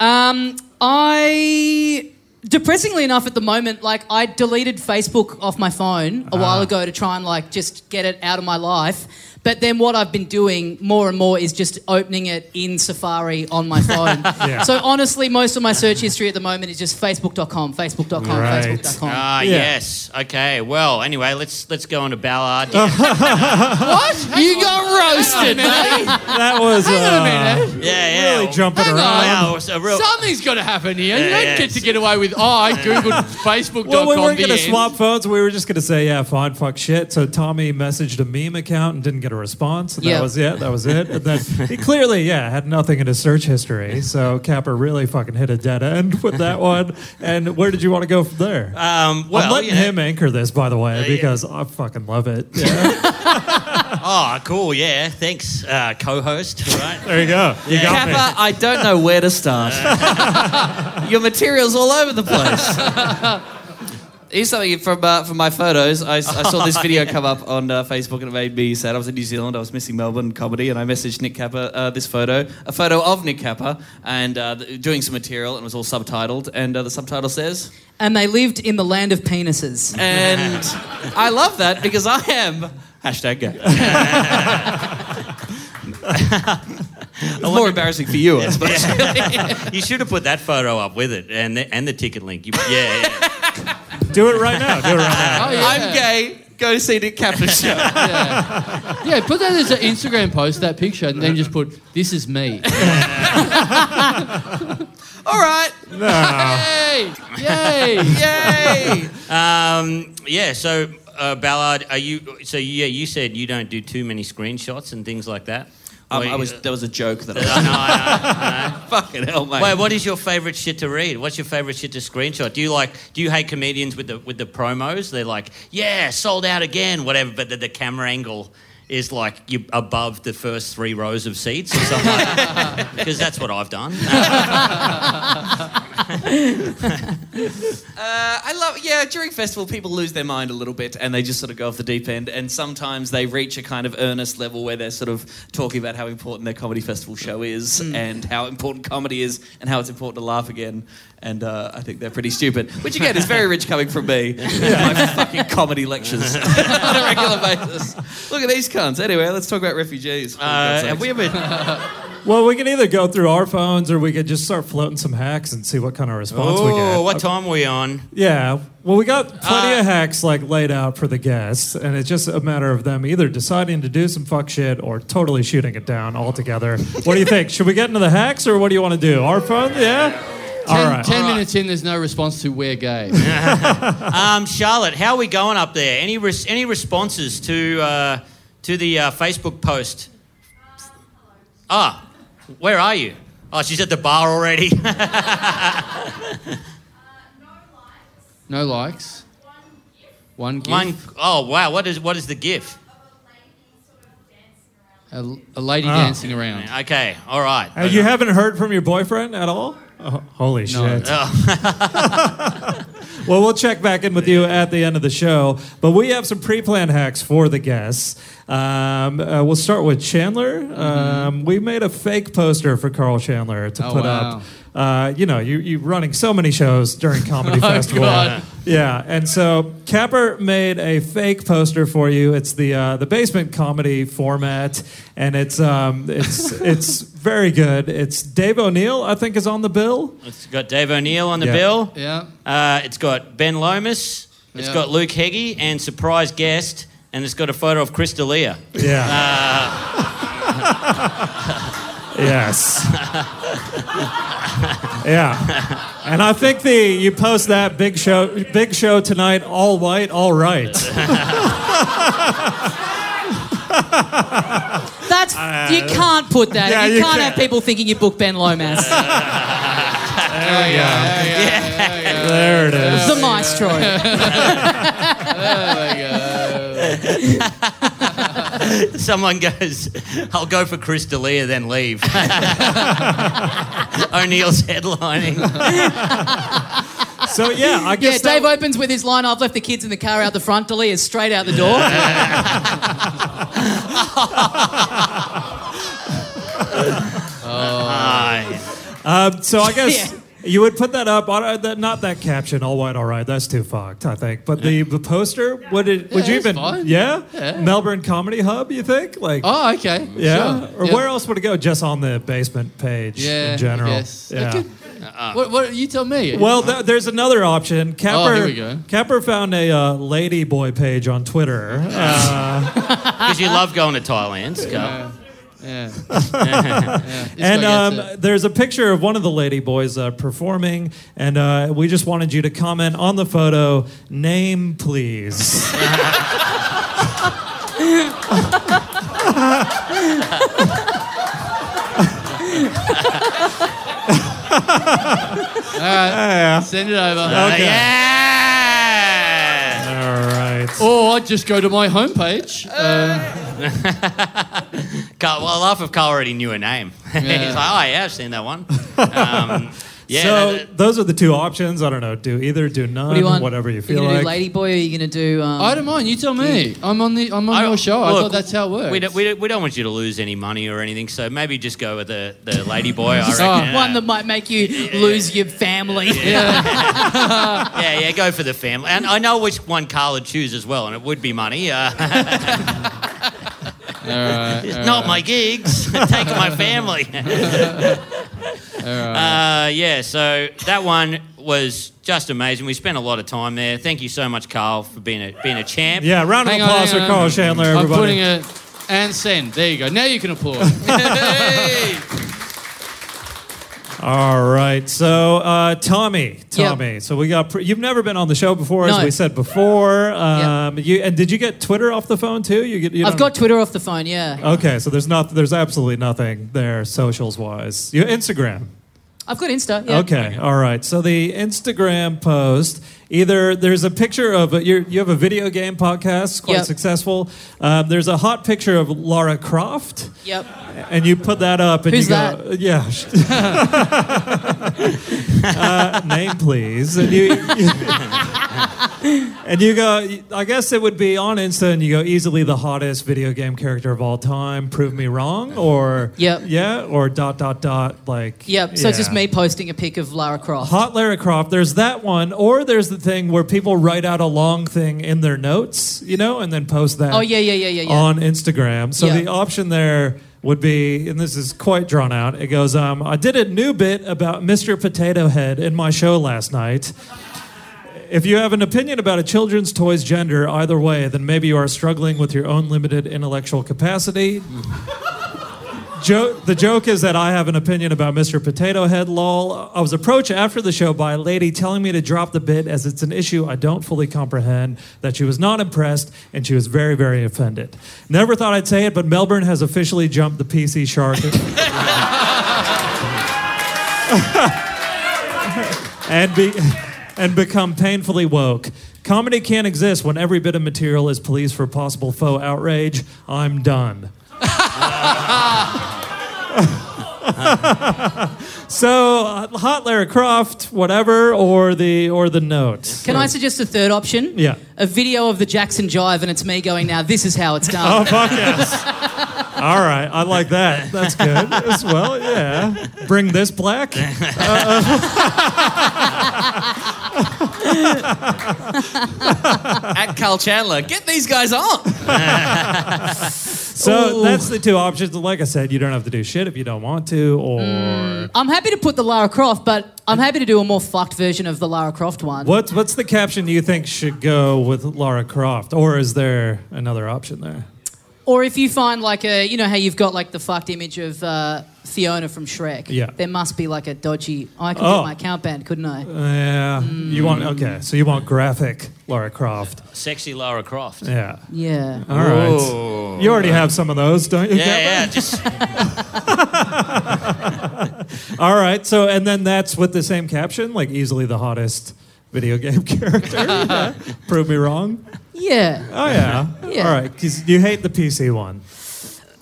Um, I depressingly enough at the moment, like I deleted Facebook off my phone a while ago to try and like just get it out of my life. But then what I've been doing more and more is just opening it in Safari on my phone. So honestly, most of my search history at the moment is just facebook.com, facebook.com,
Right.
facebook.com.
Ah,
Yeah.
yes. Okay. Well, anyway, let's let's go on to Ballard. Yeah,
What? You got roasted, mate.
That was uh,
Hang on a minute.
yeah.
really jumping
Hang
around.
on.
Wow, it's a real- um,
Something's got to happen here. you
Yeah,
don't
yeah,
get to
it's-
get away with "Oh, I googled Facebook.com.
Well, we weren't
the
going to
end."
swap phones. We were just going to say, yeah, fine, fuck shit. So Tommy messaged a meme account and didn't get a response. And
Yeah.
That was it. That was it. And then he clearly, yeah, had nothing in his search history. So Capper really fucking hit a dead end with that one. And where did you want to go from there? I'm
Um, well,
letting
you know-
him anchor this, by the way,
yeah.
because I fucking love it. Yeah.
Oh, cool. Yeah. Thanks, uh, co-host. Right.
there you go. You got me.
Kappa, I don't know where to start. Your material's all over the place. Here's something from uh, from my photos. I, I saw this video come up on uh, Facebook and it made me sad. I was in New Zealand. I was missing Melbourne comedy, and I messaged Nick Kappa uh, this photo, a photo of Nick Kappa, and uh, th- doing some material, and it was all subtitled. And uh, the subtitle says,
And they lived in the land of penises.
and I love that because I am hashtag gay. It's more embarrassing for you, I suppose.
you should have put that photo up with it and the, and the ticket link. You, yeah. yeah.
Do it right now. Do it right now.
Oh, yeah.
I'm gay. Go see Nick Kappa's show.
Yeah, put that as an Instagram post, that picture, and then just put, this is
All
me.
right.
Yay!
Yay.
Yay!
Um, yeah. So uh, Ballard, are you? So yeah, you said you don't do too many screenshots and things like that. uh,
Um,
Or-
I was, that was a joke that I
I know, I know, I know.
Fucking hell, mate.
Wait, what is your favourite shit to read? What's your favourite shit to screenshot? Do you like? Do you hate comedians with the with the promos? They're like, yeah, sold out again, whatever. But the, the camera angle is like you above the first three rows of seats or something. like that. Because that's what I've done.
Uh, I love, yeah, during festival, people lose their mind a little bit and they just sort of go off the deep end. And sometimes they reach a kind of earnest level where they're sort of talking about how important their comedy festival show is
Hmm.
and how important comedy is and how it's important to laugh again. And uh, I think they're pretty stupid, which again is very rich coming from me. my fucking comedy lectures on a regular basis. Look at these cunts. Anyway, let's talk about refugees. for God's
Uh,
sakes.
have we ever?
Well, we can either go through our phones or we could just start floating some hacks and see what kind of response we get.
Oh, what time are we on?
Yeah. Well, we got plenty
Uh,
of hacks like laid out for the guests, and it's just a matter of them either deciding to do some fuck shit or totally shooting it down altogether. what do you think? Should we get into the hacks or what do you want to do? Our phone? Yeah. All
Ten,
right.
ten minutes in, there's no response to we're gay.
Um, Charlotte, how are we going up there? Any res- any responses to uh, to the uh, Facebook post? Ah, where are you? Oh, she's at the bar already.
No likes. One gift.
One, oh wow, what is what is the gif?
A, a lady
Ah.
dancing around.
Okay, all right.
Uh, you haven't heard from your boyfriend at all? Oh, holy shit. well, we'll check back in with you at the end of the show. But we have some pre planned hacks for the guests. Um, uh, we'll start with Chandler.
Mm-hmm.
Um, we made a fake poster for Carl Chandler to
Oh,
put
wow.
up. Uh, you know, you, you're running so many shows during Comedy
Oh,
Festival.
God.
Yeah, and so Capper made a fake poster for you. It's the uh, the basement comedy format, and it's um it's it's very good. It's Dave O'Neill, I think, is on the bill.
It's got Dave O'Neill on the
Yeah.
bill.
Yeah.
Uh, it's got Ben Lomas. It's
Yeah.
got Luke Heggie and surprise guest, and it's got a photo of Chris D'Elia.
Yeah. yes. yeah, and I think the you post that big show big show tonight, all white, all right.
That's you can't put that.
yeah,
you,
you
can't
can't.
have people thinking you booked Ben Lomas,
There we go.
There it is.
the maestro.
Someone goes, I'll go for Chris D'Elia, then leave. O'Neill's headlining.
So yeah, I
Yeah,
guess that-
Dave opens with his line. I've left the kids in the car out the front. Delia's straight out the door.
Ah,
Um, so I guess
Yeah.
you would put that up. On, uh, that, not that caption. All white, all right. That's too fucked. I think. But the, the poster. Would it? would you
that's
even?
fine.
Yeah?
Yeah.
Melbourne Comedy Hub. You think? Like.
Oh, okay.
yeah.
Sure.
Or
Yeah.
where else would it go? Just on the basement page
Yeah.
in general.
Yes.
Yeah.
What, what? You tell me.
Uh-uh. Well, th- there's another option. Capper,
Oh, here we go.
Capper found a uh, lady boy page on Twitter. Uh,
Because you love going to Thailand. Go.
Yeah. yeah. This
and
guy
um,
gets it.
there's a picture of one of the lady boys uh, performing, and uh, we just wanted you to comment on the photo. Name, please.
send it over.
Uh, yeah!
All right.
Or just go to my homepage. Uh,
Carl, well, I laugh if Carl already knew her name.
Yeah.
He's like, oh, yeah, I've seen that one. Um, yeah.
so
that-
those are the two options. I don't know. Do either, do none,
What do you want?
whatever you
are
feel
gonna
like.
do Lady Boy, or are you gonna do? Um,
I don't mind. You tell me. I'm on the. I'm on your show. I
look,
thought that's how it works.
We don't, we, don't, we don't want you to lose any money or anything, so maybe just go with the, the lady boy,
Oh,
I reckon.
one that might make you lose your family.
Yeah, yeah, go for the family. And I know which one Carl would choose as well, and it would be money. Uh,
All right.
It's not my gigs. Take my family. Uh, yeah, so that one was just amazing. We spent a lot of time there. Thank you so much, Carl, for being a being a champ.
Yeah, round of
Hang on,
applause
hang
for
on.
Carl Chandler, everybody.
I'm putting it and send. There you go. Now you can applaud.
Hey!
All right, so uh, Tommy, Tommy. So we got. Pre- you've never been on the show before, as
No.
we said before. Um, You and did you get Twitter off the phone too? You get. You
I've
don't-
got Twitter off the phone, yeah.
Okay, so there's not. There's absolutely nothing there, socials wise. Your Instagram.
I've got Insta. Yeah.
Okay, all right. So the Instagram post, either there's a picture of a, you're, you have a video game podcast, quite
Yep.
successful. Um, there's a hot picture of Laura Croft,
Yep.
and you put that up, and
Who's
you go, yeah, uh, name please, and you. And you go, I guess it would be on Insta, and you go easily the hottest video game character of all time. Prove me wrong, or
Yep.
yeah, or dot dot dot like
Yep. So it's just
yeah.
me posting a pic of Lara Croft.
Hot Lara Croft, there's that one, or there's the thing where people write out a long thing in their notes, you know, and then post that
Oh, yeah, yeah, yeah, yeah, yeah.
on Instagram. So
Yeah.
the option there would be, and this is quite drawn out, it goes, um, I did a new bit about Mr. Potato Head in my show last night. If you have an opinion about a children's toy's gender either way, then maybe you are struggling with your own limited intellectual capacity. Jo- the joke is that I have an opinion about Mr. Potato Head. Lol. I was approached after the show by a lady telling me to drop the bit as it's an issue I don't fully comprehend. That she was not impressed and she was very, very offended. Never thought I'd say it, but Melbourne has officially jumped the PC shark. and be and become painfully woke. Comedy can't exist when every bit of material is policed for possible faux outrage. I'm done. so uh, hot Lara Croft, whatever, or the or the note.
Can I suggest a third option?
Yeah.
A video of the Jackson Jive, and it's me going, now this is how it's done.
Oh fuck yes! All right, I like that. That's good as well. Yeah, bring this black.
At Carl Chandler, get these guys on.
So
Ooh.
that's the two options. Like I said, you don't have to do shit if you don't want to, or.
Mm.
I'm happy to put the Lara Croft, but I'm happy to do a more fucked version of the Lara Croft one.
What, what's the caption you think should go with Lara Croft? Or is there another option there?
Or if you find like a, you know how you've got like the fucked image of uh, Fiona from Shrek.
Yeah.
There must be like a dodgy. I could
Oh.
get my account banned, couldn't I?
Yeah. You want,
Mm.
okay, so you want graphic Lara Croft.
Sexy Lara Croft. Yeah,
Yeah.
Yeah.
All right. You already have some of those, don't you?
yeah,
Captain?
just
All right, so, and then that's with the same caption, like easily the hottest video game character. Yeah. Prove me wrong.
Yeah.
Oh, yeah.
Yeah.
All right, because you hate the PC one.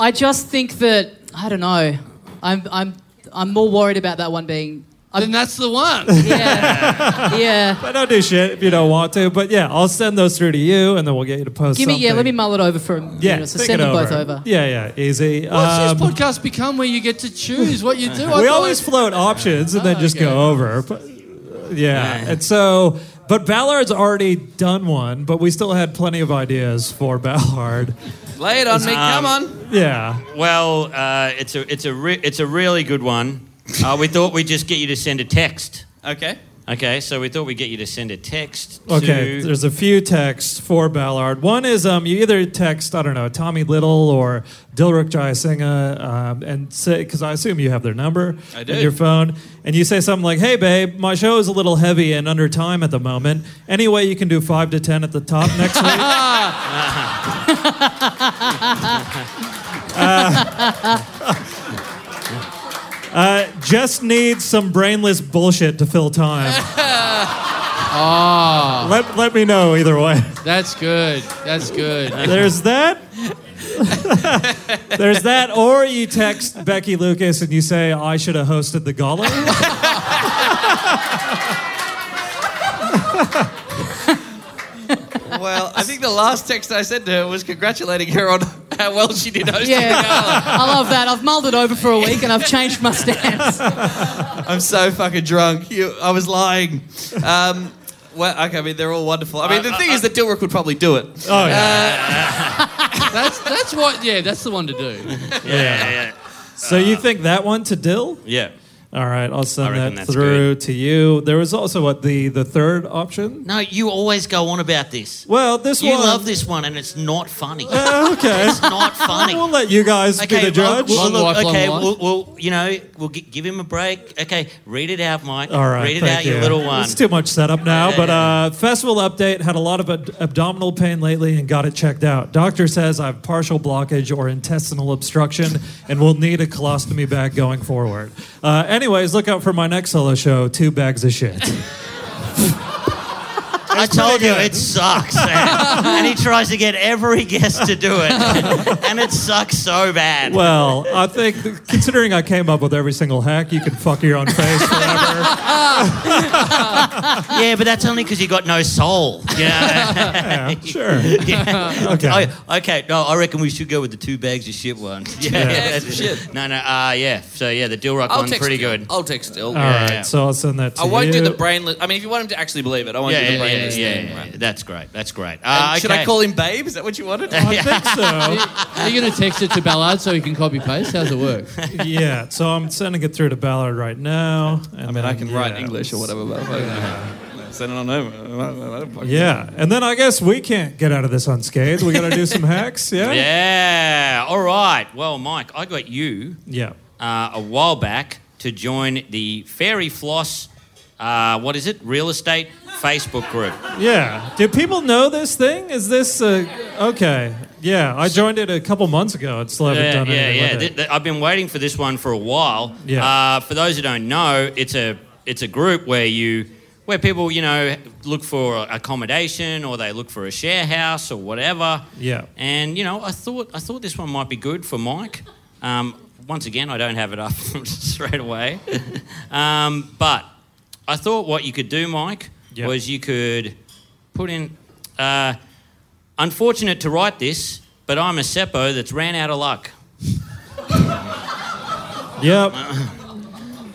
I just think that I don't know. I'm I'm I'm more worried about that one being.
then that's the one.
Yeah. yeah.
But don't do shit if you don't want to. But yeah, I'll send those through to you, and then we'll get you to post
Give me yeah.
something.
Let me mull it over for a minute.
Yeah,
so
think
send
it
them both over.
Yeah, yeah, easy.
What's
Um,
this podcast become where you get to choose what you do?
we
I thought-
always float options and then
Oh,
just
okay.
go over. But, uh, yeah, and so, but Ballard's already done one, but we still had plenty of ideas for Ballard.
Lay it on me.
Um,
Come on.
Yeah,
well, uh, it's a it's a re- it's a really good one. Uh, we thought we'd just get you to send a text.
Okay.
Okay, so we thought we'd get you to send a text. to-
okay. There's a few texts for Ballard. One is um, you either text I don't know Tommy Little or Dilruk Jayasinghe, um, and say because I assume you have their number
I
on
do.
your phone, and you say something like, "Hey babe, my show is a little heavy and under time at the moment. Anyway, you can do five to ten at the top next week." Uh, just needs some brainless bullshit to fill time. Let, let me know either way.
That's good. That's good.
There's that. There's that. Or you text Becky Lucas and you say, I should have hosted the gala.
Well, I think the last text I sent to her was congratulating her on how well she did hosting
Yeah.
the gala.
I love that. I've mulled it over for a week and I've changed my stance.
I'm so fucking drunk. You, I was lying. Um, well, okay, I mean, they're all wonderful. I mean,
Uh,
the thing is that Dilrick would probably do it.
Oh, yeah.
That's that's what. Yeah, that's the one to do.
yeah, yeah, yeah.
so you think that one to Dill?
yeah.
All right, I'll send
reckon
that
that's
through to you. There was also what the the third option.
No, you always go on about this.
Well, this
You
one.
love this one, and it's not funny.
Uh, okay,
It's not funny.
we'll let you guys be the
well,
judge.
well,
Long
look,
life, long
okay,
life.
we'll, we'll, you know, we'll gi- give him a break. Okay, read it out, Mike.
All right,
read it
thank
out,
you.
you little one.
It's too much setup now,
Yeah,
but
yeah.
uh, festival update had a lot of ad- abdominal pain lately and got it checked out. Doctor says I have partial blockage or intestinal obstruction and will need a colostomy bag going forward. Uh, anyways, look out for my next solo show, Two Bags of Shit.
I told you it sucks. and and he tries to get every guest to do it, and it sucks so bad.
well, I think considering I came up with every single hack, you can fuck your own face forever.
Yeah, but that's only because you got no soul. You know?
yeah, sure. Okay.
I, Oh, okay, no, I reckon we should go with the two bags of shit one. Yeah,
bags
that's-
of shit.
No, no, uh, yeah. So yeah, the Dill Rock
I'll
one,
text
pretty
Dill.
good.
I'll text Dill.
All right,
yeah.
so I'll send that to
I won't
you.
do the brainless. I mean, if you want him to actually believe it, I won't
Yeah,
do the
yeah, yeah,
brainless
yeah,
thing.
yeah.
right?
That's great. That's great.
And
Uh,
Should I
okay.
call him Babe? Is that what you wanted?
I think so.
Are you going to text it to Ballard so he can copy paste? How's it work?
yeah, so I'm sending it through to Ballard right now. I
I mean, I can write English or whatever, but I don't know. send it on over.
Yeah, and then I guess we can't get out of this unscathed. We got to do some hacks. Yeah.
Yeah. All right. Well, Mike, I got you
Yeah.
uh, a while back to join the Fairy Floss. Uh, what is it? Real estate Facebook group.
Yeah. Do people know this thing? Is this uh, okay? Yeah, I joined it a couple months ago. and still haven't
Yeah,
done
yeah,
anything
yeah.
with
Th-
it.
th- I've been waiting for this one for a while.
Yeah.
Uh, for those who don't know, it's a it's a group where you where people you know look for accommodation or they look for a share house or whatever.
Yeah.
And you know, I thought I thought this one might be good for Mike. Um, once again, I don't have it up straight away, um, but I thought what you could do, Mike,
Yeah.
was you could put in. Uh, Unfortunate to write this, but I'm a seppo that's ran out of luck.
Yep.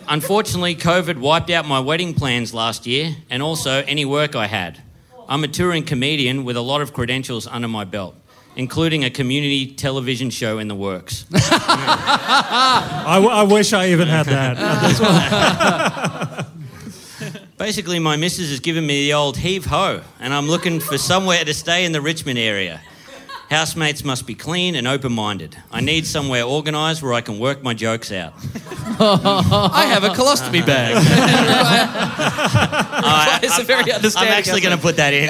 Unfortunately, COVID wiped out my wedding plans last year and also any work I had. I'm a touring comedian with a lot of credentials under my belt, including a community television show in the works.
I, w- I wish I even had that.
Basically, my missus has given me the old heave ho, and I'm looking for somewhere to stay in the Richmond area. Housemates must be clean and open minded. I need somewhere organised where I can work my jokes out.
I have a colostomy bag. it's a very
I'm
understandable.
actually going to put that in.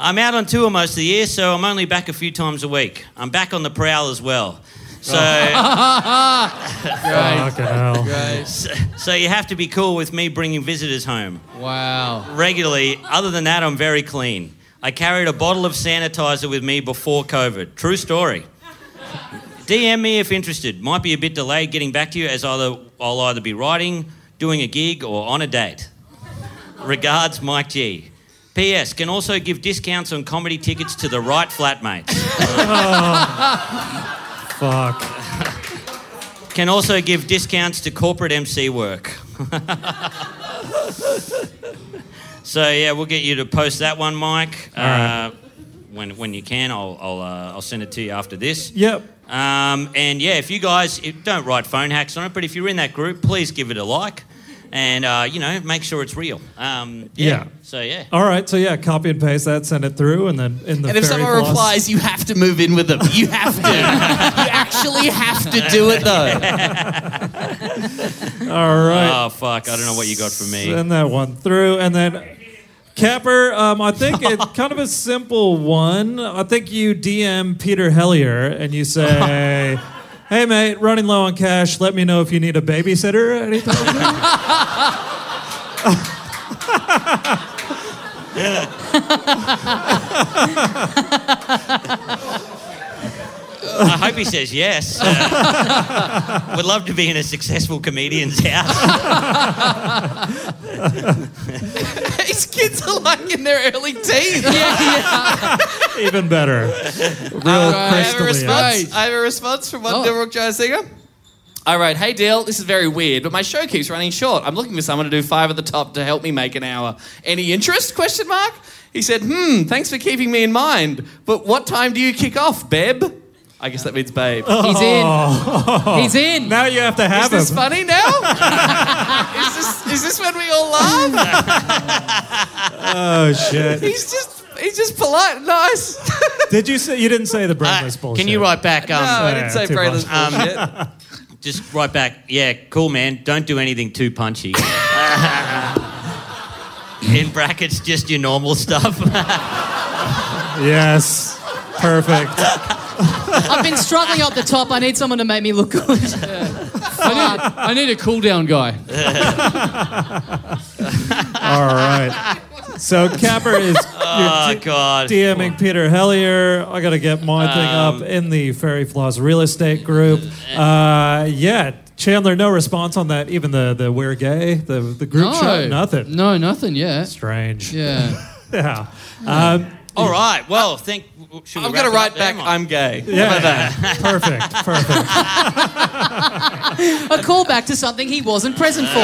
I'm out on tour most of the year, so I'm only back a few times a week. I'm back on the prowl as well. So,
Great.
Fucking hell.
Great.
so you have to be cool with me bringing visitors home
Wow.
regularly. Other than that, I'm very clean. I carried a bottle of sanitizer with me before COVID. True story. DM me if interested. Might be a bit delayed getting back to you, as either I'll either be writing, doing a gig, or on a date. Regards, Mike G. P.S. Can also give discounts on comedy tickets to the right flatmates.
Fuck.
Can also give discounts to corporate MC work. so yeah, we'll get you to post that one, Mike. Uh, when when you can, I'll I'll, uh, I'll send it to you after this.
Yep.
Um, and yeah, if you guys if, don't write phone hacks on it, but if you're in that group, please give it a like, and uh, you know make sure it's real. Um,
Yeah.
So yeah.
All right. So yeah, copy and paste that, send it through, and then in the
And if
fairy
someone
floss-
replies, you have to move in with them. You have to. you actually have to do it though.
all right.
Oh fuck! I don't know what you got for me.
Send that one through, and then Capper. Um, I think it's kind of a simple one. I think you DM Peter Hellier and you say, "Hey, mate, running low on cash. Let me know if you need a babysitter." or Anything? like that."
I hope he says yes. Uh, would love to be in a successful comedian's house.
These kids are like in their early teens.
Even better. Real
I have a
crystally.
response. I have a response from one
Oh.
Dil Rock Giant singer. I wrote, Hey Dil, this is very weird, but my show keeps running short. I'm looking for someone to do five at the top to help me make an hour. Any interest? Question mark. He said, Hmm, thanks for keeping me in mind. But what time do you kick off, Beb? I guess that means babe.
He's in.
Oh.
He's in.
Now you have to
Is
have
this
him.
funny now? is this is this when we all laugh?
Oh shit!
He's just he's just polite, and nice.
Did you say you didn't say the brainless
Uh,
bullshit?
can you write back? Um,
no, I didn't say
too
brainless
much. Um,
bullshit.
Just write back. Yeah, cool, man. Don't do anything too punchy. In brackets, just your normal stuff. Oh,
Yes. Perfect.
I've been struggling up the top. I need someone to make me look good. Fuck.
I need a cool down guy.
All right. So Capper is
oh
you're d-
God.
DMing Peter Hellier. I gotta get my
Um,
thing up in the Fairy Floss Real Estate Group.
eh.
Uh, yeah, Chandler, no response on that. Even the the we're gay, the the group
no,
shot, nothing.
No, nothing. Yeah,
Strange.
yeah.
Yeah. Um,
All right. Well, think.
I'm gonna write back. I'm gay.
yeah. Perfect. Perfect.
a callback to something he wasn't present for.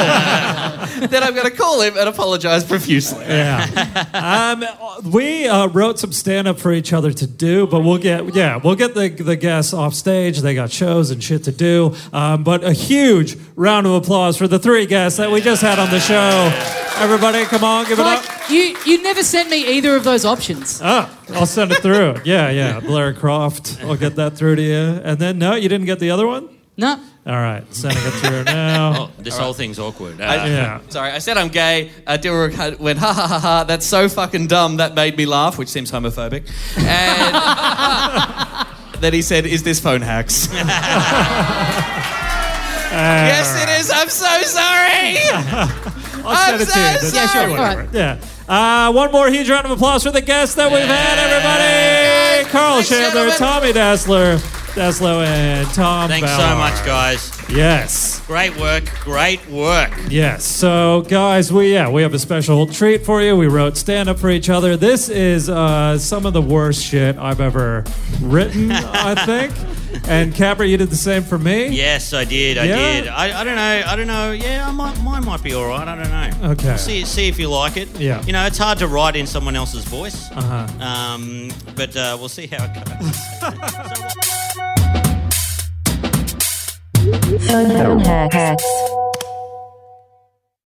then I'm gonna call him and apologize profusely.
Yeah. Um, we uh, wrote some stand up for each other to do, but we'll get yeah we'll get the the guests off stage. They got shows and shit to do. Um, but a huge round of applause for the three guests that we just had on the show. Everybody, come on, give it up.
Like you, you never sent me either of those options.
Ah, I'll send it through. Yeah, yeah. Blair Croft. I'll get that through to you. And then no, you didn't get the other one.
No,
All right, sending it through now.
This whole thing's awkward. Uh,
Yeah.
Sorry, I said I'm gay. Uh, Dilruk went ha ha ha ha. That's so fucking dumb. That made me laugh, which seems homophobic. And then he said, "Is this phone hacks?" yes, it is. I'm so sorry.
I'll send
I'm
it to you.
so
That's-
sorry.
sure, all right.
Yeah. Uh, one more huge round of applause for the guests that we've had, everybody. Carl
Ladies and
Chandler, Tommy
gentlemen.
Dassler, Daslow, and Tom.
Thanks so
Bauer.
much, guys.
Yes,
Great work. Great work.
yes. So, guys, we yeah we have a special treat for you. We wrote stand up for each other. This is uh, some of the worst shit I've ever written, I think. And Capper, you did the same for me.
Yes, I did. I
Yeah?
did. I, I don't know. I don't know. Yeah, I might, mine might be all right. I don't know.
Okay.
See, see if you like it.
Yeah.
You know, it's hard to write in someone else's voice.
Uh-huh.
Um, but uh, we'll see how it goes.
Phone hacks.